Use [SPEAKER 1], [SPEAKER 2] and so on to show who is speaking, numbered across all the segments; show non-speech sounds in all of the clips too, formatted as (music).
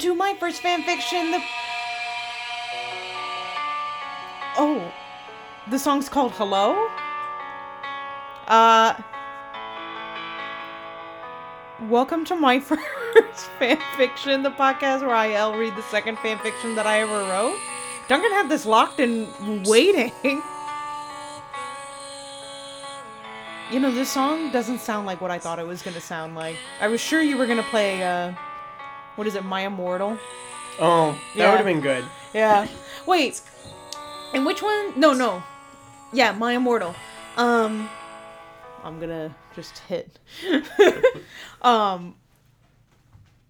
[SPEAKER 1] to my first fanfiction. The oh, the song's called Hello. Uh, welcome to my (laughs) first fanfiction, the podcast where I'll read the second fanfiction that I ever wrote. Duncan had this locked and waiting. You know, this song doesn't sound like what I thought it was going to sound like. I was sure you were going to play, uh, what is it, My Immortal?
[SPEAKER 2] Oh, that
[SPEAKER 1] Yeah.
[SPEAKER 2] would have been good.
[SPEAKER 1] Yeah. (laughs) Wait. And which one? No, no. Yeah, My Immortal. Um I'm going to just hit. (laughs) um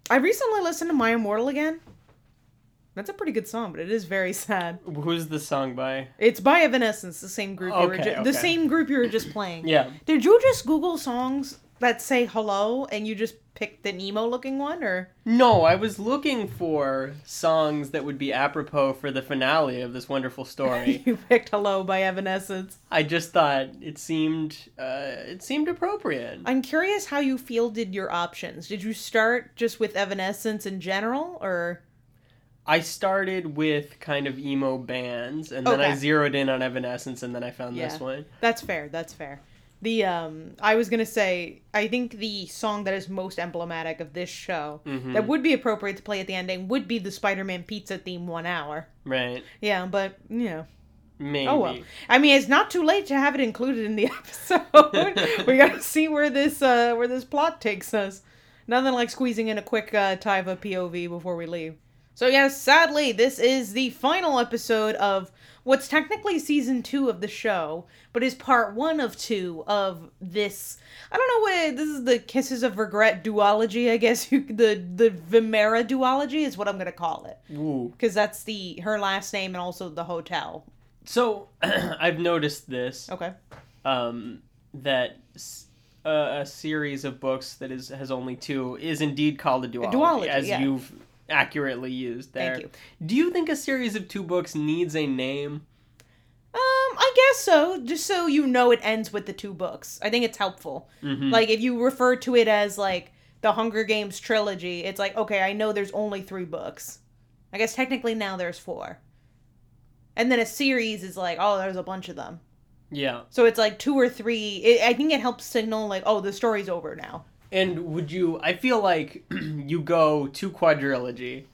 [SPEAKER 1] I recently listened to My Immortal again. That's a pretty good song, but it is very sad.
[SPEAKER 2] Who's the song by?
[SPEAKER 1] It's by Evanescence, the same group you were
[SPEAKER 2] Okay,
[SPEAKER 1] ju- the
[SPEAKER 2] okay.
[SPEAKER 1] same group you were just playing.
[SPEAKER 2] Yeah.
[SPEAKER 1] Did you just Google songs that say hello and you just picked the Nemo looking one or (laughs)
[SPEAKER 2] No, I was looking for songs that would be apropos for the finale of this wonderful (laughs) story.
[SPEAKER 1] you picked Hello by Evanescence?
[SPEAKER 2] I just thought it seemed uh, it seemed appropriate.
[SPEAKER 1] I'm curious how you fielded your options. Did you start just with Evanescence in general, or
[SPEAKER 2] I started with kind of emo bands, and then I
[SPEAKER 1] Okay.
[SPEAKER 2] zeroed in on Evanescence, and then I found
[SPEAKER 1] Yeah.
[SPEAKER 2] this one.
[SPEAKER 1] that's fair? That's fair. The um, I was gonna say, I think the song that is most emblematic of this show
[SPEAKER 2] Mhm.
[SPEAKER 1] that would be appropriate to play at the ending would be the Spider-Man pizza theme one hour.
[SPEAKER 2] Right?
[SPEAKER 1] Yeah, but you know,
[SPEAKER 2] Maybe.
[SPEAKER 1] oh well. I mean, it's not too late to have it included in the (laughs) episode. we
[SPEAKER 2] (laughs)
[SPEAKER 1] gotta see where this uh where this plot takes us. Nothing like squeezing in a quick uh, Taiva POV before we leave. So yes, sadly, this is the final episode of what's technically season two of the show, but is part one of two of this. I don't know what this is. The Kisses of Regret duology, I guess. (laughs) You the the Vimera duology is what I'm gonna call it
[SPEAKER 2] Woo.
[SPEAKER 1] because that's the her last name and also the hotel.
[SPEAKER 2] So (clears throat) I've noticed this
[SPEAKER 1] Okay.
[SPEAKER 2] um, that s- a, a series of books that is has only two is indeed called a duology,
[SPEAKER 1] duology,
[SPEAKER 2] as
[SPEAKER 1] yeah.
[SPEAKER 2] you've accurately used there.
[SPEAKER 1] Thank you.
[SPEAKER 2] Do you think a series of two books needs a name?
[SPEAKER 1] Um, I guess so. Just so you know, it ends with the two books. I think it's helpful.
[SPEAKER 2] Mhm.
[SPEAKER 1] Like if you refer to it as like the Hunger Games trilogy, it's like okay, I know there's only three books. I guess technically now there's four. And then a series is like, oh, there's a bunch of them.
[SPEAKER 2] Yeah.
[SPEAKER 1] So it's like two or three. It, I think it helps signal like, oh, the story's over now.
[SPEAKER 2] And would you? I feel like (clears throat) you go to quadrilogy.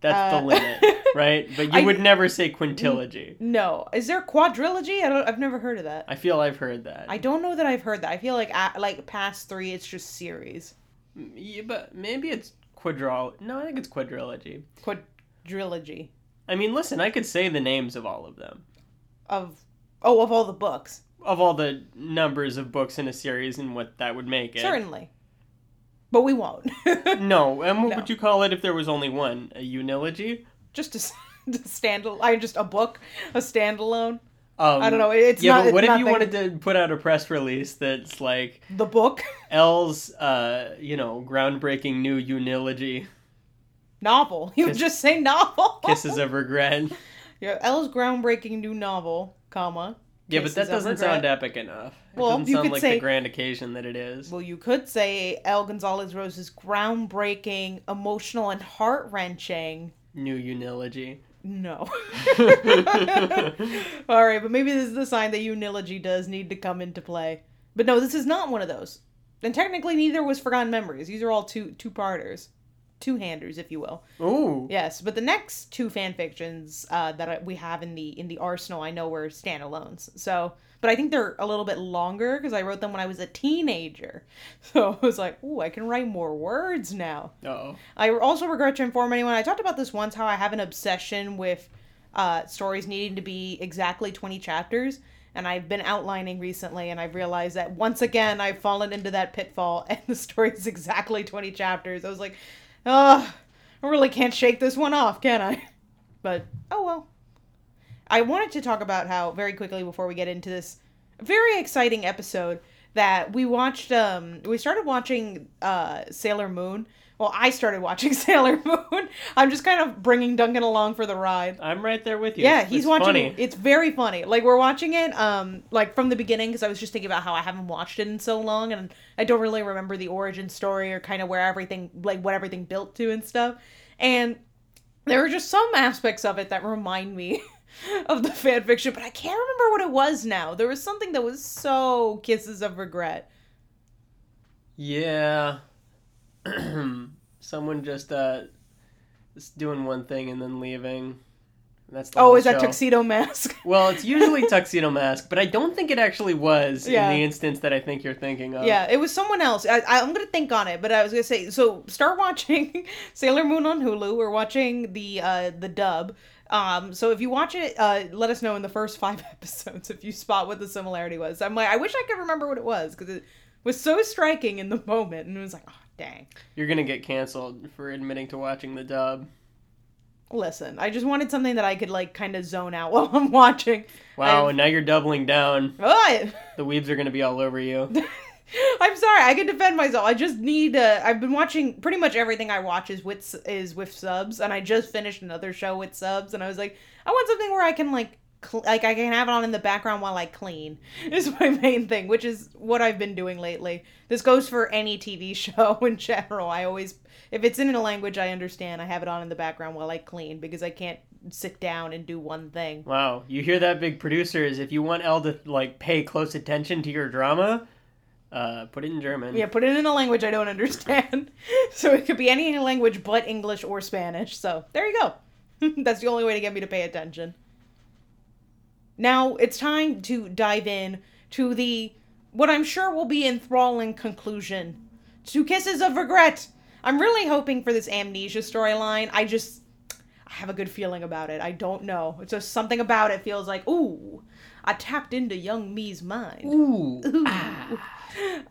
[SPEAKER 2] That's
[SPEAKER 1] Uh,
[SPEAKER 2] the
[SPEAKER 1] (laughs)
[SPEAKER 2] limit, right? But you
[SPEAKER 1] I- Mm.
[SPEAKER 2] would never say quintilogy.
[SPEAKER 1] No, is there quadrilogy? I don't. I've never heard of that.
[SPEAKER 2] I feel I've heard that.
[SPEAKER 1] I don't know that I've heard that. I feel like at, like past three, it's just series.
[SPEAKER 2] Yeah, but maybe it's quadril. No, I think it's quadrilogy.
[SPEAKER 1] Quadrilogy.
[SPEAKER 2] I mean, listen, I could say the names of all of them,
[SPEAKER 1] of oh of all the books
[SPEAKER 2] of all the numbers of books in a series, and what that would make it.
[SPEAKER 1] certainly but we won't (laughs)
[SPEAKER 2] No, and what
[SPEAKER 1] No.
[SPEAKER 2] would you call it if there was only one? A unilogy?
[SPEAKER 1] just a, s- (laughs) a stand i just a book a standalone
[SPEAKER 2] Um,
[SPEAKER 1] i don't know it's
[SPEAKER 2] yeah,
[SPEAKER 1] not
[SPEAKER 2] but what if
[SPEAKER 1] it's
[SPEAKER 2] you
[SPEAKER 1] nothing-
[SPEAKER 2] wanted to put out a press release that's like
[SPEAKER 1] the book (laughs)
[SPEAKER 2] L's, uh, you know, groundbreaking new unilogy,
[SPEAKER 1] novel you would
[SPEAKER 2] Kiss-
[SPEAKER 1] just say novel
[SPEAKER 2] Kisses of Regret.
[SPEAKER 1] (laughs)
[SPEAKER 2] (laughs)
[SPEAKER 1] yeah, l's groundbreaking new novel comma
[SPEAKER 2] Yeah, but
[SPEAKER 1] Kisses
[SPEAKER 2] that
[SPEAKER 1] of
[SPEAKER 2] doesn't
[SPEAKER 1] Regret.
[SPEAKER 2] sound epic enough. It
[SPEAKER 1] Well,
[SPEAKER 2] doesn't
[SPEAKER 1] you
[SPEAKER 2] sound
[SPEAKER 1] could
[SPEAKER 2] like
[SPEAKER 1] say-
[SPEAKER 2] the grand occasion that it is.
[SPEAKER 1] well you could say l gonzalez rose's groundbreaking emotional and heart-wrenching
[SPEAKER 2] New unilogy.
[SPEAKER 1] No. (laughs) All right, but maybe this is the sign that unilogy does need to come into play. But no, this is not one of those. And technically, neither was Forgotten Memories. These are all two two parters, two handers, if you will.
[SPEAKER 2] Ooh.
[SPEAKER 1] Yes, but the next two fan fictions uh, that I- we have in the in the arsenal, I know were standalones. So, but I think they're a little bit longer because I wrote them when I was a teenager. (laughs) So I was like, ooh, I can write more words now.
[SPEAKER 2] Oh.
[SPEAKER 1] I also regret to inform anyone. I talked about this once how I have an obsession with uh, stories needing to be exactly 20 chapters. And I've been outlining recently, and I've realized that once again I've fallen into that pitfall, (laughs) and the story is exactly 20 chapters. I was like, ugh, I really can't shake this one off, can I? (laughs) But oh well. I wanted to talk about how, very quickly before we get into this very exciting episode, that we watched, um, we started watching uh, Sailor Moon. Well, I started watching (laughs) Sailor Moon. I'm just kind of bringing Duncan along for the ride.
[SPEAKER 2] I'm right there with you.
[SPEAKER 1] Yeah,
[SPEAKER 2] It's-
[SPEAKER 1] he's
[SPEAKER 2] it's
[SPEAKER 1] watching.
[SPEAKER 2] Funny.
[SPEAKER 1] It's very funny. Like we're watching it, um, like from the beginning because I was just thinking about how I haven't watched it in so long, and I don't really remember the origin story or kind of where everything, like what everything built to and stuff. And there are just some aspects of it that remind me (laughs) of the fan fiction, but I can't remember what it was now. There was something that was so kisses of regret.
[SPEAKER 2] Yeah. (clears throat) Someone just uh is doing one thing and then leaving. That's the
[SPEAKER 1] Oh,
[SPEAKER 2] whole
[SPEAKER 1] is that
[SPEAKER 2] show.
[SPEAKER 1] tuxedo mask?
[SPEAKER 2] Well, it's usually tuxedo mask, but I don't think it actually was
[SPEAKER 1] Yeah.
[SPEAKER 2] in the instance that I think you're thinking of.
[SPEAKER 1] yeah, it was someone else. I, I- I'm gonna think on it, but I was gonna say so. Start watching (laughs) Sailor Moon on Hulu. We're watching the uh, the dub. Um, so if you watch it, uh, let us know in the first (laughs) five episodes if you spot what the similarity was. I'm like, I wish I could remember what it was because it was so striking in the (laughs) moment, and it was like, oh dang.
[SPEAKER 2] You're gonna get canceled for admitting to watching the dub.
[SPEAKER 1] Listen, I just wanted something that I could like kind of zone out (laughs) while I'm watching.
[SPEAKER 2] Wow,
[SPEAKER 1] I've-
[SPEAKER 2] and now you're doubling down.
[SPEAKER 1] What?
[SPEAKER 2] The weebs are gonna be all over you.
[SPEAKER 1] (laughs) I'm sorry. I can defend myself. I just need. Uh, I've been watching pretty much everything I watch is with s- is with subs, and I just finished another show with subs, and I was like, I want something where I can like. Cl- like I can have it on in the background while I clean (laughs) is my main thing, which is what I've been doing lately. This goes for any TV (laughs) show in general. I always, if it's in a language I understand, I have it on in the background while I clean because I can't sit down and do one thing.
[SPEAKER 2] Wow, you hear that, big producers? If you want Elle to like pay close attention to your drama, uh, put it in German.
[SPEAKER 1] Yeah, put it in a language I don't understand. (laughs) so it could be any language but English or Spanish. So there you go. (laughs) That's the only way to get me to pay attention. Now it's time to dive in to the what I'm sure will be enthralling conclusion to Kisses of Regret. I'm really hoping for this amnesia storyline. I just I have a good feeling about it. I don't know. It's just something about it feels like, ooh, I tapped into young me's mind.
[SPEAKER 2] Ooh.
[SPEAKER 1] Ooh. (laughs)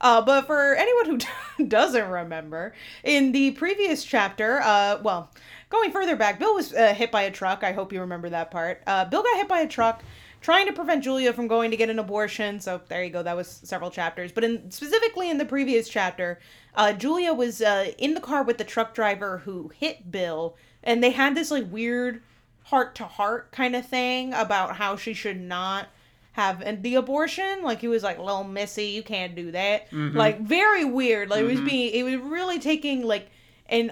[SPEAKER 1] Uh, but for anyone who (laughs) doesn't remember, in the previous chapter, uh, well, going further back, Bill was uh, hit by a truck. I hope you remember that part. Uh, Bill got hit by a truck trying to prevent Julia from going to get an abortion. So there you go. That was several chapters. But in specifically in the previous chapter, uh, Julia was uh, in the car with the truck driver who hit Bill, and they had this like weird heart to heart kind of thing about how she should not have and the abortion like he was like little missy you can't do that
[SPEAKER 2] Mm-hmm.
[SPEAKER 1] like very weird like it was
[SPEAKER 2] Mhm.
[SPEAKER 1] being it was really taking like an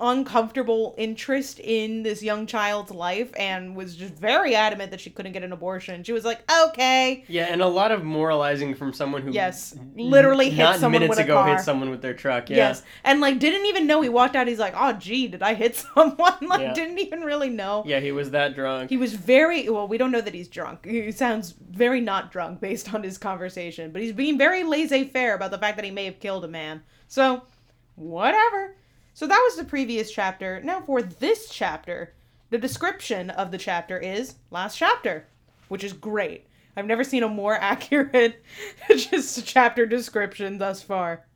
[SPEAKER 1] uncomfortable interest in this young child's life and was just very adamant that she couldn't get an abortion she was like okay
[SPEAKER 2] Yeah, and a lot of moralizing from someone who
[SPEAKER 1] Yes,
[SPEAKER 2] n-
[SPEAKER 1] literally hit
[SPEAKER 2] not
[SPEAKER 1] someone
[SPEAKER 2] minutes
[SPEAKER 1] with a
[SPEAKER 2] ago
[SPEAKER 1] car.
[SPEAKER 2] hit someone with their truck. Yeah.
[SPEAKER 1] yes and like didn't even know he walked out he's like oh gee did i hit (laughs) someone like
[SPEAKER 2] Yeah.
[SPEAKER 1] didn't even really know
[SPEAKER 2] Yeah, he was that drunk.
[SPEAKER 1] He was very well. We don't know that he's drunk. He sounds very not drunk based on his conversation, but he's being very laissez-faire about the fact that he may have killed a man. So, whatever. So that was the previous chapter. Now for this chapter, the description of the chapter is last chapter, which is great. I've never seen a more (laughs) accurate just chapter description thus far.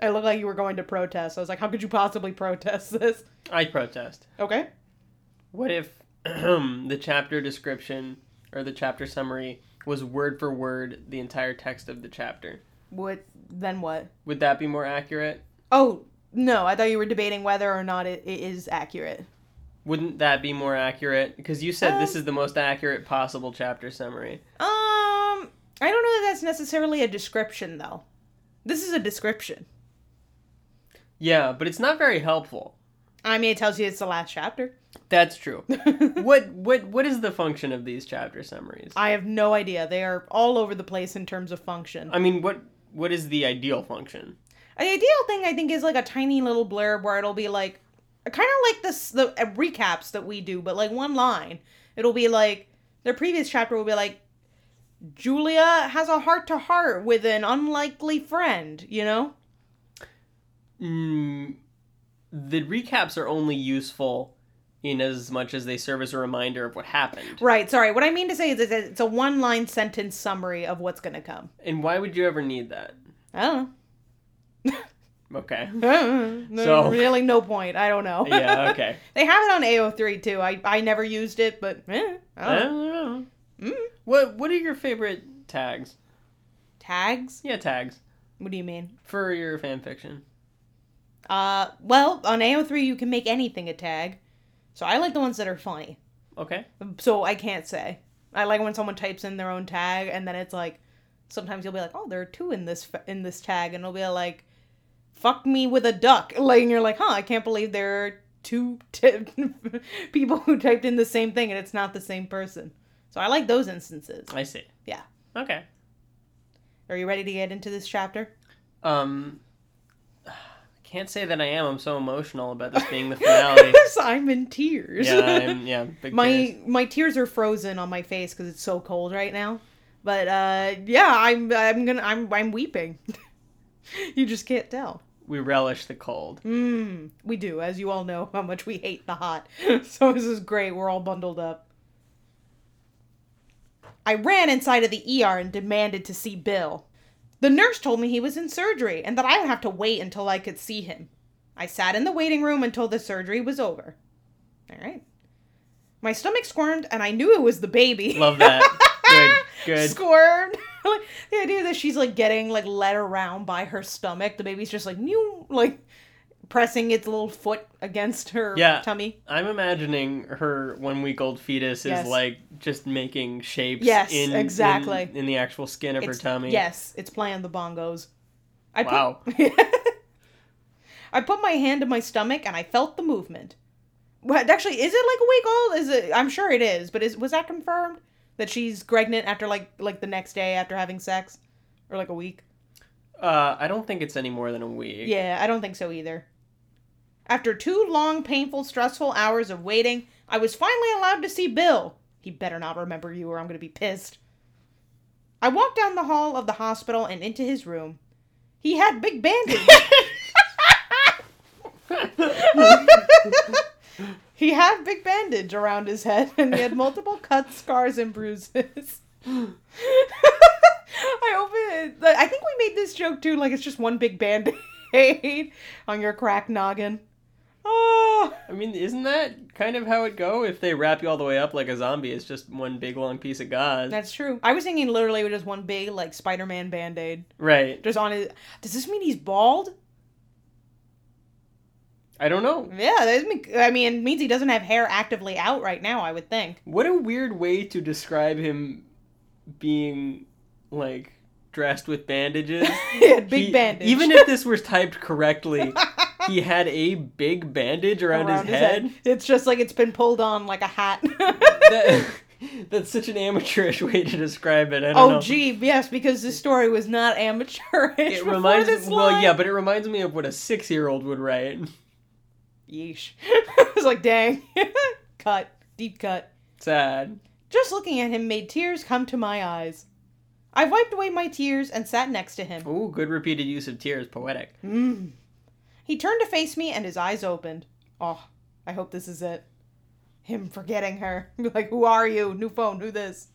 [SPEAKER 1] I look like you were going to protest. I was like, how could you possibly protest this?
[SPEAKER 2] I protest.
[SPEAKER 1] Okay.
[SPEAKER 2] What if (clears throat) the chapter description or the chapter summary was word for word the entire text of the chapter?
[SPEAKER 1] What then? What?
[SPEAKER 2] Would that be more accurate?
[SPEAKER 1] Oh no, I thought you were debating whether or not it, it is accurate.
[SPEAKER 2] Wouldn't that be more accurate? Because you said this
[SPEAKER 1] Um,
[SPEAKER 2] is the most accurate possible chapter summary.
[SPEAKER 1] Um, I don't know that that's necessarily a description though. This is a description.
[SPEAKER 2] Yeah, but it's not very helpful.
[SPEAKER 1] I mean, it tells you it's the last chapter. (laughs)
[SPEAKER 2] That's true. what what what is the function of these chapter summaries?
[SPEAKER 1] I have no idea. They are all over the place in terms of function.
[SPEAKER 2] I mean, what what is the ideal function?
[SPEAKER 1] The ideal thing I think is like a tiny little blurb where it'll be like kind of like this the uh, recaps that we do, but like one line. It'll be like their previous chapter will be like Julia has a heart to heart with an unlikely friend, you know?
[SPEAKER 2] Mm, the recaps are only useful in as much as they serve as a reminder of what happened.
[SPEAKER 1] Right, sorry. What I mean to say is it's a, it's a one line sentence summary of what's going to come.
[SPEAKER 2] And why would you ever need that?
[SPEAKER 1] I don't (laughs)
[SPEAKER 2] Okay.
[SPEAKER 1] know. There's
[SPEAKER 2] So-
[SPEAKER 1] really no point. I don't know.
[SPEAKER 2] Yeah, okay.
[SPEAKER 1] (laughs) they have it on AO3 too. I, I never used it, but eh, I
[SPEAKER 2] I
[SPEAKER 1] don't know.
[SPEAKER 2] don't know.
[SPEAKER 1] Mm.
[SPEAKER 2] Uh, What what are your favorite tags?
[SPEAKER 1] Tags?
[SPEAKER 2] Yeah, tags
[SPEAKER 1] What do you mean?
[SPEAKER 2] for your fan fiction.
[SPEAKER 1] Uh, well, on AO3 you can make anything a tag. So I like the ones that are funny.
[SPEAKER 2] Okay.
[SPEAKER 1] So I can't say. I like when someone types in their own tag and then it's like sometimes you'll be like, "Oh, there are two in this f- in this tag." And it'll be like fuck me with a duck. (laughs) Like, and you're like, huh, I can't believe there are two (laughs) t- people who typed in the same thing and it's not the same person. So I like those instances.
[SPEAKER 2] I see.
[SPEAKER 1] Yeah.
[SPEAKER 2] Okay.
[SPEAKER 1] Are you ready to get into this chapter? (laughs)
[SPEAKER 2] Um, I can't say that I am. I'm so emotional about this being
[SPEAKER 1] (laughs)
[SPEAKER 2] the finale.
[SPEAKER 1] I'm in tears.
[SPEAKER 2] yeah,
[SPEAKER 1] (laughs)
[SPEAKER 2] I'm, yeah. Big
[SPEAKER 1] my
[SPEAKER 2] tears.
[SPEAKER 1] my tears are frozen on my face because it's so cold right now. But uh, yeah, I'm I'm gonna I'm I'm weeping. (laughs) you just can't tell.
[SPEAKER 2] We relish the cold.
[SPEAKER 1] Mm, we do, as you all know, (laughs) how much we hate the hot. (laughs) so this is great. We're all bundled up. I ran inside of the ER and demanded to see Bill. The nurse told me he was in surgery and that I would have to wait until I could see him. I sat in the waiting room until the surgery was over. All right. My stomach squirmed and I knew it was the baby. (laughs)
[SPEAKER 2] (laughs) Love that. Good. Good.
[SPEAKER 1] Squirmed. (laughs) Like, the idea that she's like getting like led around by her stomach. The baby's just like new, like pressing its little foot against her
[SPEAKER 2] Yeah.
[SPEAKER 1] tummy.
[SPEAKER 2] I'm imagining her one week old fetus
[SPEAKER 1] Yes.
[SPEAKER 2] is like just making shapes.
[SPEAKER 1] Yes,
[SPEAKER 2] in,
[SPEAKER 1] exactly.
[SPEAKER 2] In, in the actual skin of
[SPEAKER 1] It's-
[SPEAKER 2] her tummy.
[SPEAKER 1] Yes, it's playing the bongos. I
[SPEAKER 2] Wow.
[SPEAKER 1] Put, (laughs) I put my hand to my stomach and I felt the movement. Well, actually, is it like a week old? Is it? I'm sure it is, but is was that confirmed that she's pregnant after like like the next day after having sex, or like a week?
[SPEAKER 2] Uh, I don't think it's any more than a week.
[SPEAKER 1] Yeah, I don't think so either. After two long, painful, stressful hours of waiting, I was finally allowed to see Bill. He better not remember you or I'm going to be pissed. I walked down the hall of the hospital and into his room. He had big bandages. (laughs) he had big bandage around his head and he had multiple cuts, scars, and bruises. (laughs) I opened it. like, I think we made this joke too. Like it's just one big band aid (laughs) on your crack noggin. Oh,
[SPEAKER 2] (laughs) I mean, isn't that kind of how it go? If they wrap you all the way up like a zombie, it's just one big long piece of gauze.
[SPEAKER 1] that's true. I was thinking literally with just one big like Spider-Man band aid
[SPEAKER 2] Right.
[SPEAKER 1] just on his. Does this mean he's bald?
[SPEAKER 2] I don't know.
[SPEAKER 1] Yeah, that mean, I mean it means he doesn't have hair actively out right now. I would think. (laughs)
[SPEAKER 2] What a weird way to describe him being like dressed with
[SPEAKER 1] (laughs)
[SPEAKER 2] bandages.
[SPEAKER 1] he had big
[SPEAKER 2] He-
[SPEAKER 1] bandage.
[SPEAKER 2] Even if this was typed
[SPEAKER 1] (laughs)
[SPEAKER 2] correctly, he had a big bandage around, his, head.
[SPEAKER 1] it's just like it's been pulled on like a hat.
[SPEAKER 2] (laughs)
[SPEAKER 1] (laughs)
[SPEAKER 2] That- (laughs) that's such an amateurish way to describe it. I don't
[SPEAKER 1] Oh,
[SPEAKER 2] know.
[SPEAKER 1] gee, yes, because this story was not amateurish.
[SPEAKER 2] It
[SPEAKER 1] before
[SPEAKER 2] reminds
[SPEAKER 1] this
[SPEAKER 2] well,
[SPEAKER 1] line.
[SPEAKER 2] yeah, but it reminds me of what a six-year-old would write. (laughs)
[SPEAKER 1] Yeesh. (laughs) I was like, dang. (laughs) cut. Deep cut.
[SPEAKER 2] Sad.
[SPEAKER 1] Just looking at him made tears come to my eyes. I wiped away my tears and sat next to him.
[SPEAKER 2] Ooh, good repeated use of tears. Poetic.
[SPEAKER 1] Mm. He turned to face me and his eyes opened. Oh, I hope this is it. Him forgetting her. (laughs) like, who are you? New phone, who this?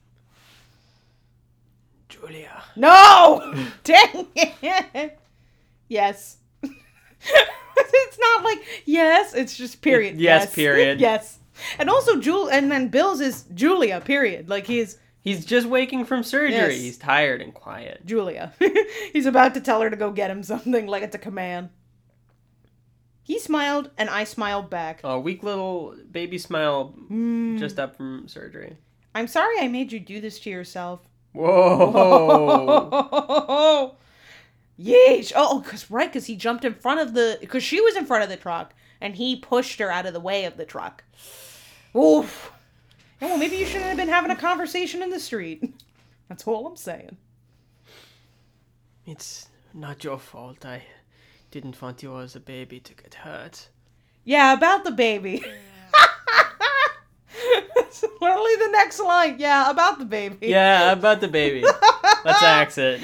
[SPEAKER 2] Julia.
[SPEAKER 1] No! (laughs) Dang it! Yes. (laughs) it's not like yes, it's just period.
[SPEAKER 2] It- yes, period.
[SPEAKER 1] yes. And also Jul and then Bill's is Julia, period. Like he's
[SPEAKER 2] He's just waking from surgery.
[SPEAKER 1] Yes.
[SPEAKER 2] He's tired and quiet.
[SPEAKER 1] Julia. (laughs) he's about to tell her to go get him something like it's a command. He smiled and I smiled back.
[SPEAKER 2] A weak little baby smile
[SPEAKER 1] Hmm.
[SPEAKER 2] just up from surgery.
[SPEAKER 1] I'm sorry I made you do this to yourself.
[SPEAKER 2] Whoa.
[SPEAKER 1] Oh. Yeesh. Oh, because, right, because he jumped in front of the. Because she was in front of the truck and he pushed her out of the way of the truck. Oof. Yeah, well, maybe you shouldn't have been having a conversation in the street. That's all I'm saying.
[SPEAKER 2] (laughs) it's not your fault. I didn't want you as a baby to get hurt.
[SPEAKER 1] Yeah, about the baby. (laughs) It's Literally the next line. Yeah, about the baby. (laughs)
[SPEAKER 2] Yeah, about the (laughs) baby. Let's axe it.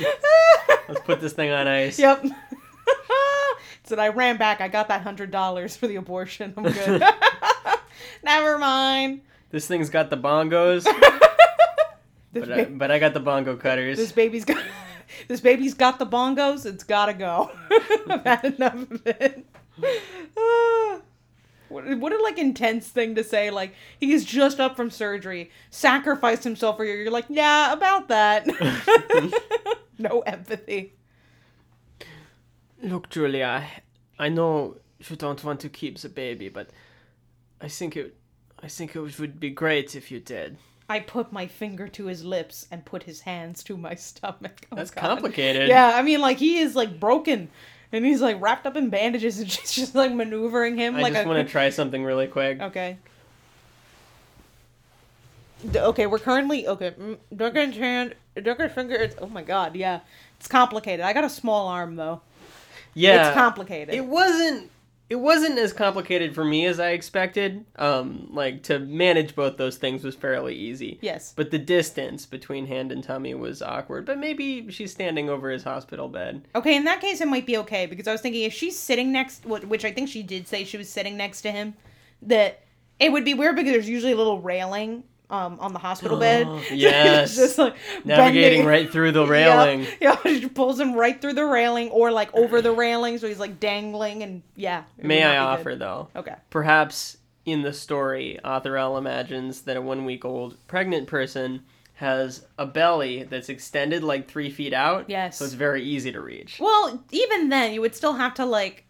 [SPEAKER 2] Let's put this thing on ice.
[SPEAKER 1] (laughs) Yep. Said I ran back. I got that hundred dollars for the abortion. I'm
[SPEAKER 2] (laughs)
[SPEAKER 1] good. (laughs) Never mind.
[SPEAKER 2] This thing's got the (laughs) bongos,
[SPEAKER 1] This,
[SPEAKER 2] but um, I,
[SPEAKER 1] ba-
[SPEAKER 2] but I got the bongo cutters.
[SPEAKER 1] this baby's got (laughs) this baby's got the bongos. It's gotta go. (laughs) I've had enough of it. (sighs) Ah. What, what a like intense thing to say. Like he's just up from surgery, sacrificed himself for you. You're like, yeah, about
[SPEAKER 2] (laughs)
[SPEAKER 1] that. (laughs) no empathy.
[SPEAKER 2] Look, Julia, I know you don't want to keep the baby, but I think it, I think it would be great if you did.
[SPEAKER 1] I put my finger to his lips and put his hands to my stomach. Oh,
[SPEAKER 2] That's
[SPEAKER 1] God.
[SPEAKER 2] complicated.
[SPEAKER 1] Yeah, I mean, like he is like broken. and he's like wrapped up in bandages and (laughs) she's just like maneuvering him
[SPEAKER 2] I
[SPEAKER 1] like
[SPEAKER 2] just
[SPEAKER 1] a
[SPEAKER 2] want to try something really
[SPEAKER 1] (laughs)
[SPEAKER 2] quick.
[SPEAKER 1] Okay. D- Okay, we're currently okay. mm, Duncan's hand, Duncan's finger. It's, oh my god, yeah, it's complicated. I got a small arm though.
[SPEAKER 2] Yeah,
[SPEAKER 1] it's complicated.
[SPEAKER 2] it wasn't it wasn't as complicated for me as I expected. Um, like to manage both those things was fairly easy.
[SPEAKER 1] yes,
[SPEAKER 2] But the distance between hand and tummy was awkward. But maybe she's standing over his hospital bed.
[SPEAKER 1] Okay, in that case, it might be okay because I was thinking if she's sitting next, wh- which I think she did say she was sitting next to him, that it would be weird because there's usually a little railing um, on the hospital
[SPEAKER 2] (gasps)
[SPEAKER 1] bed. (laughs)
[SPEAKER 2] Oh,
[SPEAKER 1] It's
[SPEAKER 2] yes.
[SPEAKER 1] like
[SPEAKER 2] Navigating
[SPEAKER 1] bending.
[SPEAKER 2] right through the
[SPEAKER 1] (laughs) Yep,
[SPEAKER 2] railing.
[SPEAKER 1] Yeah, she pulls him right through the railing or like over the railing, so he's like dangling and yeah. it would
[SPEAKER 2] May
[SPEAKER 1] not
[SPEAKER 2] I
[SPEAKER 1] be
[SPEAKER 2] offer
[SPEAKER 1] good.
[SPEAKER 2] though?
[SPEAKER 1] Okay.
[SPEAKER 2] Perhaps in the story, Authorel imagines that a one week old pregnant person has a belly that's extended like three feet out.
[SPEAKER 1] Yes.
[SPEAKER 2] So it's very easy to reach.
[SPEAKER 1] Well, even then, you would still have to like.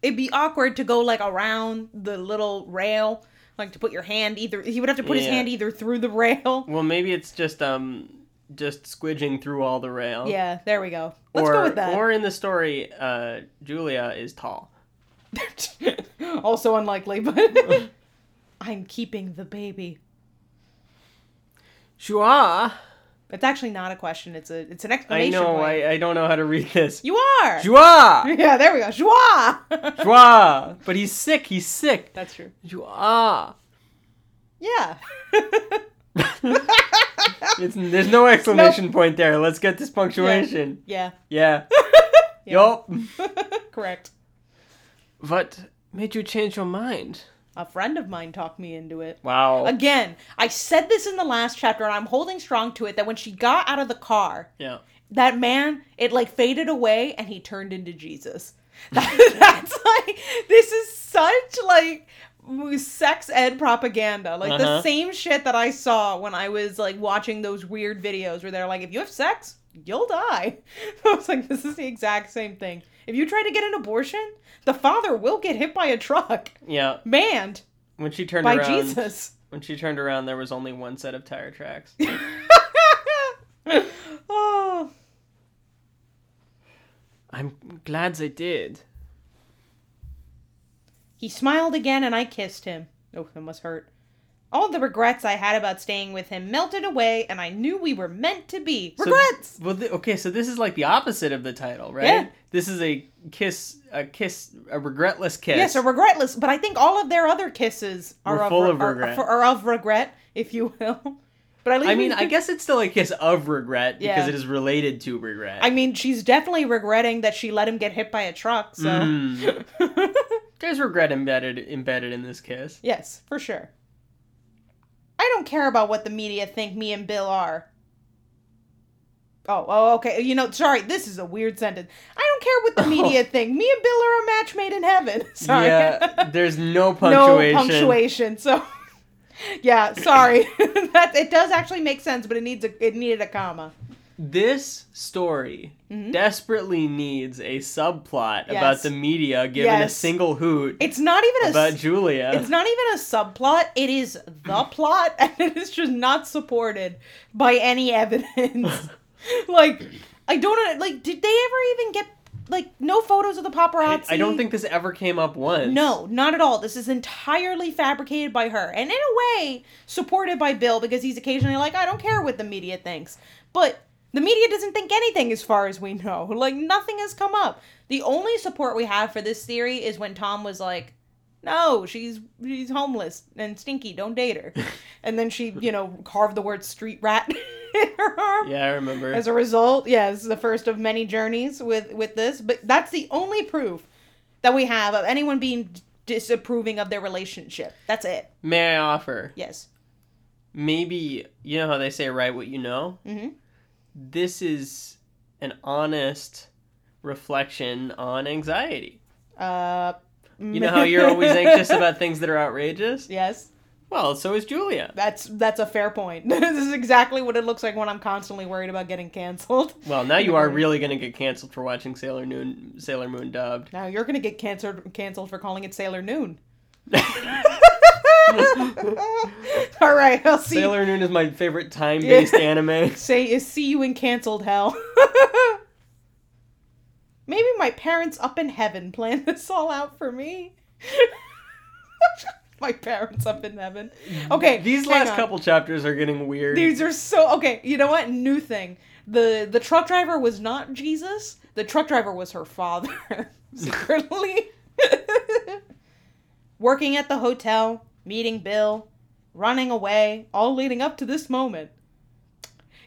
[SPEAKER 1] It'd be awkward to go like around the little rail, like to put your hand either. He would have to put his
[SPEAKER 2] Yeah.
[SPEAKER 1] hand either through the rail.
[SPEAKER 2] Well, maybe it's just um just squidging through all the rail.
[SPEAKER 1] Yeah, there we go. Let's
[SPEAKER 2] or,
[SPEAKER 1] go with that.
[SPEAKER 2] Or in the story, uh, Julia is tall.
[SPEAKER 1] (laughs) also unlikely, but (laughs) I'm keeping the baby.
[SPEAKER 2] Shua.
[SPEAKER 1] It's actually not a question. It's a it's an
[SPEAKER 2] I
[SPEAKER 1] exclamation
[SPEAKER 2] know.
[SPEAKER 1] point.
[SPEAKER 2] I, I don't know how to read this.
[SPEAKER 1] You are.
[SPEAKER 2] Shua.
[SPEAKER 1] (laughs) yeah, there we go.
[SPEAKER 2] (laughs)
[SPEAKER 1] Joie.
[SPEAKER 2] Shua. But he's sick. He's sick.
[SPEAKER 1] That's true.
[SPEAKER 2] Shua.
[SPEAKER 1] (laughs) Yeah.
[SPEAKER 2] It's, there's no exclamation point there. Let's get this punctuation.
[SPEAKER 1] yeah.
[SPEAKER 2] Yeah.
[SPEAKER 1] (laughs) Yeah.
[SPEAKER 2] Yup.
[SPEAKER 1] Correct.
[SPEAKER 2] What made you change your mind?
[SPEAKER 1] A friend of mine talked me into it.
[SPEAKER 2] Wow.
[SPEAKER 1] Again, I said this in the last chapter, and I'm holding strong to it that when she got out of the car,
[SPEAKER 2] yeah.
[SPEAKER 1] that man, it like faded away and he turned into Jesus. (laughs) That- that's like, this is such like sex ed propaganda. Like the
[SPEAKER 2] Uh-huh.
[SPEAKER 1] same shit that I saw when I was like watching those weird videos where they're like, if you have sex, you'll die. (laughs) I was like, this is the exact same thing. If you try to get an abortion, the father will get hit by a truck,
[SPEAKER 2] Yeah.
[SPEAKER 1] manned
[SPEAKER 2] When she turned
[SPEAKER 1] by
[SPEAKER 2] around,
[SPEAKER 1] Jesus. (laughs)
[SPEAKER 2] when she turned around, there was only one set of tire tracks.
[SPEAKER 1] oh.
[SPEAKER 2] I'm glad they did.
[SPEAKER 1] He smiled again and I kissed him. Oh, that must hurt. All the regrets I had about staying with him melted away and I knew we were meant to be.
[SPEAKER 2] So-
[SPEAKER 1] Regrets!
[SPEAKER 2] well, th- okay, so this is like the opposite of the title, right?
[SPEAKER 1] Yeah.
[SPEAKER 2] This is a kiss, a kiss, a regretless kiss.
[SPEAKER 1] yes, a regretless, but I think all of their other kisses are
[SPEAKER 2] Were
[SPEAKER 1] of,
[SPEAKER 2] full
[SPEAKER 1] re-
[SPEAKER 2] of
[SPEAKER 1] are-
[SPEAKER 2] regret.
[SPEAKER 1] Are, are of regret, if you will. (laughs) But at least
[SPEAKER 2] I mean, I guess it's still a kiss of regret because
[SPEAKER 1] Yeah.
[SPEAKER 2] it is related to regret.
[SPEAKER 1] I mean, she's definitely regretting that she let him get hit by a truck, so.
[SPEAKER 2] Mm.
[SPEAKER 1] (laughs)
[SPEAKER 2] There's regret embedded embedded in this kiss.
[SPEAKER 1] yes, for sure. I don't care about what the media think me and Bill are. Oh, oh, okay. You know, sorry, this is a weird sentence. I don't care
[SPEAKER 2] (laughs)
[SPEAKER 1] what the media think. Me and Bill are a match made in heaven. (laughs) Sorry.
[SPEAKER 2] Oh.
[SPEAKER 1] (laughs)
[SPEAKER 2] Yeah, there's no
[SPEAKER 1] no
[SPEAKER 2] punctuation.
[SPEAKER 1] punctuation. So, (laughs) yeah, sorry. (laughs) that it does actually make sense, but it needs a it needed a comma.
[SPEAKER 2] This story
[SPEAKER 1] Mhm.
[SPEAKER 2] desperately needs a subplot about
[SPEAKER 1] Yes.
[SPEAKER 2] the media giving a
[SPEAKER 1] Yes.
[SPEAKER 2] single hoot
[SPEAKER 1] It's not even a
[SPEAKER 2] about
[SPEAKER 1] s
[SPEAKER 2] Julia.
[SPEAKER 1] it's not even a subplot. It is
[SPEAKER 2] (laughs)
[SPEAKER 1] the plot, (laughs) and it is just not supported by any
[SPEAKER 2] (laughs)
[SPEAKER 1] evidence. like, I don't like. Did they ever even get like no photos of the
[SPEAKER 2] I,
[SPEAKER 1] paparazzi?
[SPEAKER 2] I don't think this ever came up once.
[SPEAKER 1] No, not at all. This is entirely fabricated by her, and in a way supported by Bill because he's occasionally like, I don't care what the media thinks. But the media doesn't think anything as far as we know. (laughs) Like, nothing has come up. The only support we have for this theory is when Tom was like, no, she's she's homeless and stinky. Don't date her. And then she, you know, carved the word street rat (laughs) in her arm.
[SPEAKER 2] Yeah, I remember.
[SPEAKER 1] As a result, yeah, this is the first of many journeys with with this, but that's the only proof that we have of anyone being disapproving of their relationship. That's it.
[SPEAKER 2] May I offer?
[SPEAKER 1] Yes.
[SPEAKER 2] Maybe you know how they say write what you know.
[SPEAKER 1] Mhm.
[SPEAKER 2] This is an honest reflection on anxiety.
[SPEAKER 1] Uh,
[SPEAKER 2] You know how you're always
[SPEAKER 1] (laughs)
[SPEAKER 2] anxious about things that are outrageous.
[SPEAKER 1] Yes,
[SPEAKER 2] Well, so is Julia.
[SPEAKER 1] that's that's a fair point. (laughs) this is exactly what it looks like when I'm constantly worried about getting canceled. (laughs)
[SPEAKER 2] Well, now you are really gonna get canceled for watching Sailor Moon Sailor Moon
[SPEAKER 1] (laughs)
[SPEAKER 2] dubbed.
[SPEAKER 1] Now you're gonna get canceled canceled for calling it Sailor
[SPEAKER 2] (laughs)
[SPEAKER 1] Noon. (laughs) All right, I'll see. you
[SPEAKER 2] Sailor Moon is my favorite
[SPEAKER 1] (laughs)
[SPEAKER 2] (laughs) time-based
[SPEAKER 1] Yeah.
[SPEAKER 2] anime.
[SPEAKER 1] Say see you in canceled hell. (laughs) Maybe my parents up in heaven planned this all out for me. (laughs) my parents up in heaven. Okay.
[SPEAKER 2] These
[SPEAKER 1] hang
[SPEAKER 2] last
[SPEAKER 1] on.
[SPEAKER 2] couple chapters are getting weird.
[SPEAKER 1] These are so okay. You know what? New thing. The the truck driver was not Jesus. The truck driver was her father (laughs) secretly. (laughs) Working at the hotel, meeting Bill, running away, all leading up to this moment.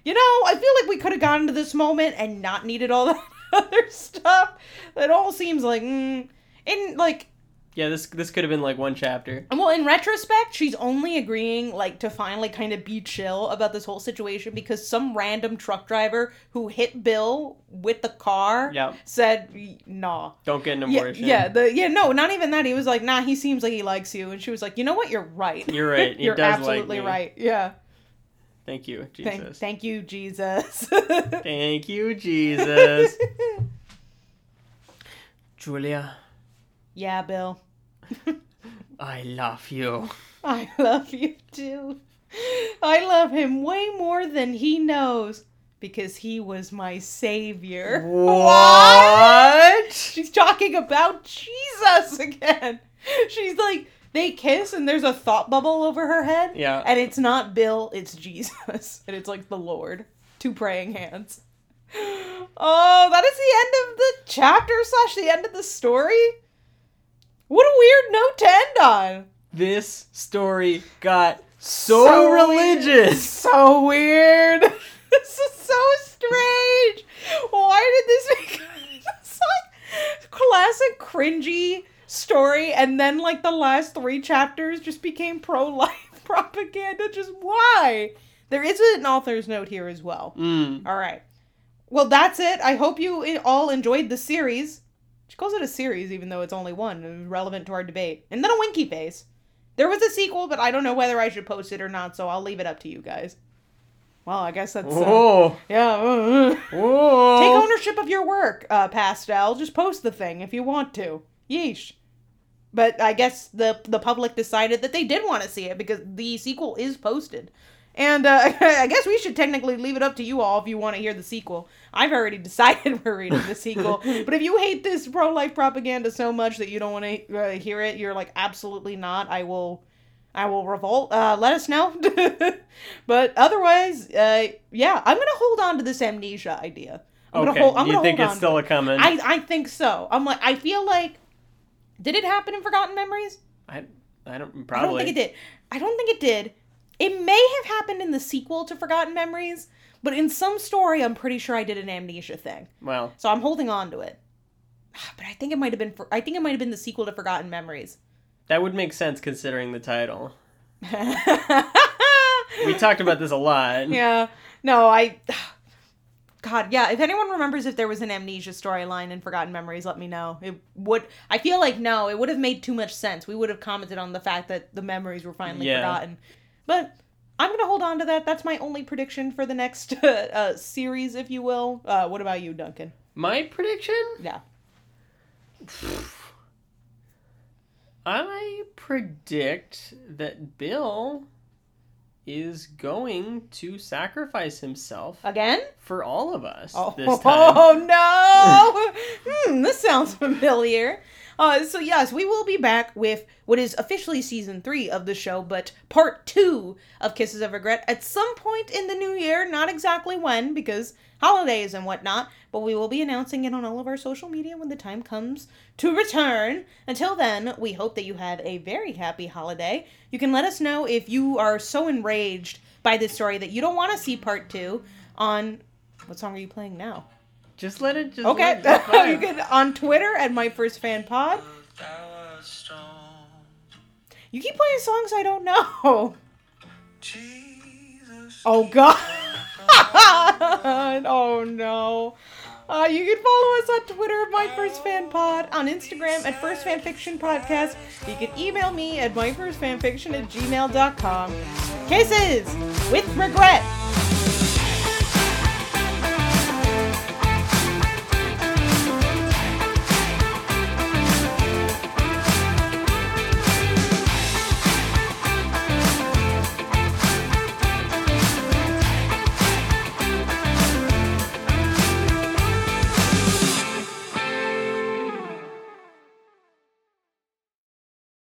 [SPEAKER 1] You know, I feel like we could have gotten to this moment and not needed all that (laughs) other stuff. It all seems like, mm. and like
[SPEAKER 2] yeah, this this could have been like one chapter.
[SPEAKER 1] and Well, in retrospect, she's only agreeing like to finally kind of be chill about this whole situation because some random truck driver who hit Bill with the car
[SPEAKER 2] Yeah,
[SPEAKER 1] said, "Nah."
[SPEAKER 2] don't get an
[SPEAKER 1] Yeah,
[SPEAKER 2] abortion.
[SPEAKER 1] yeah, the yeah, no, not even that. He was like, "Nah, he seems like he likes you," and she was like, "You know what? You're right.
[SPEAKER 2] You're
[SPEAKER 1] (laughs)
[SPEAKER 2] right. He
[SPEAKER 1] You're
[SPEAKER 2] does
[SPEAKER 1] absolutely
[SPEAKER 2] like me.
[SPEAKER 1] right. Yeah.
[SPEAKER 2] Thank you, Jesus.
[SPEAKER 1] Thank, thank you, Jesus."
[SPEAKER 2] Thank you, Jesus. Julia,
[SPEAKER 1] (laughs) yeah, Bill. (laughs)
[SPEAKER 2] I love you.
[SPEAKER 1] I love you too. I love him way more than he knows because he was my savior.
[SPEAKER 2] What?
[SPEAKER 1] She's talking about Jesus again. She's like, they kiss and there's a thought bubble over her head.
[SPEAKER 2] Yeah.
[SPEAKER 1] And it's not Bill, it's Jesus. (laughs) And it's like the Lord. Two praying hands. Oh, that is the end of the chapter slash the end of the story. What a weird note to end on.
[SPEAKER 2] This story got so, religious.
[SPEAKER 1] So weird. (laughs) this is so strange. Why did this make (laughs) it's like classic cringy story and then like the last three chapters just became pro-life (laughs) propaganda. Just why? There is an author's note here as well.
[SPEAKER 2] Mm.
[SPEAKER 1] All right. Well, that's it. I hope you i- all enjoyed the series. She calls it a series, even though it's only one, and relevant to our debate. And then a winky face. There was a sequel, but I don't know whether I should post it or not, so I'll leave it up to you guys. Well, I guess that's. Uh,
[SPEAKER 2] Whoa.
[SPEAKER 1] yeah. uh, uh.
[SPEAKER 2] Whoa.
[SPEAKER 1] Take ownership of your work, uh, Pastel. Just post the thing if you want to. Yeesh. But I guess the the public decided that they did want to see it because the sequel is posted. And uh, (laughs) I guess we should technically leave it up to you all if you want to hear the sequel. I've already (laughs) decided we're reading the
[SPEAKER 2] (laughs)
[SPEAKER 1] sequel. but if you hate this pro life propaganda so much that you don't want to uh, hear it, you're like, absolutely not. I will. I will revolt. Uh, let us know. (laughs) but otherwise, uh, yeah, I'm gonna hold on to this amnesia idea. I'm
[SPEAKER 2] okay.
[SPEAKER 1] gonna hold. I'm
[SPEAKER 2] you
[SPEAKER 1] gonna
[SPEAKER 2] think
[SPEAKER 1] hold
[SPEAKER 2] it's
[SPEAKER 1] on.
[SPEAKER 2] still a coming?
[SPEAKER 1] I I think so. I'm like I feel like. Did it happen in Forgotten Memories?
[SPEAKER 2] I, I don't
[SPEAKER 1] I
[SPEAKER 2] probably.
[SPEAKER 1] don't think it did. I don't think it did. It may have happened in the sequel to Forgotten Memories, but in some story, I'm pretty sure I did an amnesia thing.
[SPEAKER 2] Well,
[SPEAKER 1] So I'm holding on to it. (sighs) But I think it might have been. For, I think it might have been the sequel to Forgotten Memories. (laughs)
[SPEAKER 2] that would make sense considering the title. We
[SPEAKER 1] we
[SPEAKER 2] talked about this a
[SPEAKER 1] (laughs)
[SPEAKER 2] lot.
[SPEAKER 1] yeah. No, I. (sighs) God, yeah. If anyone remembers if there was an amnesia storyline in Forgotten Memories, let me know. It would. I feel like no, it would have made too much sense. We would have commented on the fact that the memories were finally
[SPEAKER 2] Yeah.
[SPEAKER 1] forgotten. But I'm gonna hold on to that. That's my only prediction for the next (laughs) uh, uh, series, if you will. Uh, what about you, Duncan?
[SPEAKER 2] My prediction?
[SPEAKER 1] Yeah.
[SPEAKER 2] I predict that Bill is going to sacrifice himself
[SPEAKER 1] Again?
[SPEAKER 2] for all of us
[SPEAKER 1] Uh, Oh, (laughs)
[SPEAKER 2] this time.
[SPEAKER 1] no! (laughs) hmm, this sounds familiar. Uh, so yes, we will be back with what is officially season three of the show, but part two of Kisses of Regret at some point in the new year. Not exactly when, because holidays and whatnot. But we will be announcing it on all of our social media when the time comes to return. Until then, we hope that you have a very happy holiday. You can let us know if you are so enraged by this story that you don't want to see part two on what song are you playing now?
[SPEAKER 2] Just let it just
[SPEAKER 1] Okay, (laughs)
[SPEAKER 2] let it just
[SPEAKER 1] you
[SPEAKER 2] fly.
[SPEAKER 1] can on Twitter at my first fan pod. You keep playing songs I don't know. (laughs)
[SPEAKER 3] Jesus.
[SPEAKER 1] Oh God! (laughs) oh no! Uh, you can follow us on Twitter at my first fan pod, on Instagram at first fan fiction podcast. You can email me at my first fanfiction at gmail.com. Kisses with regret.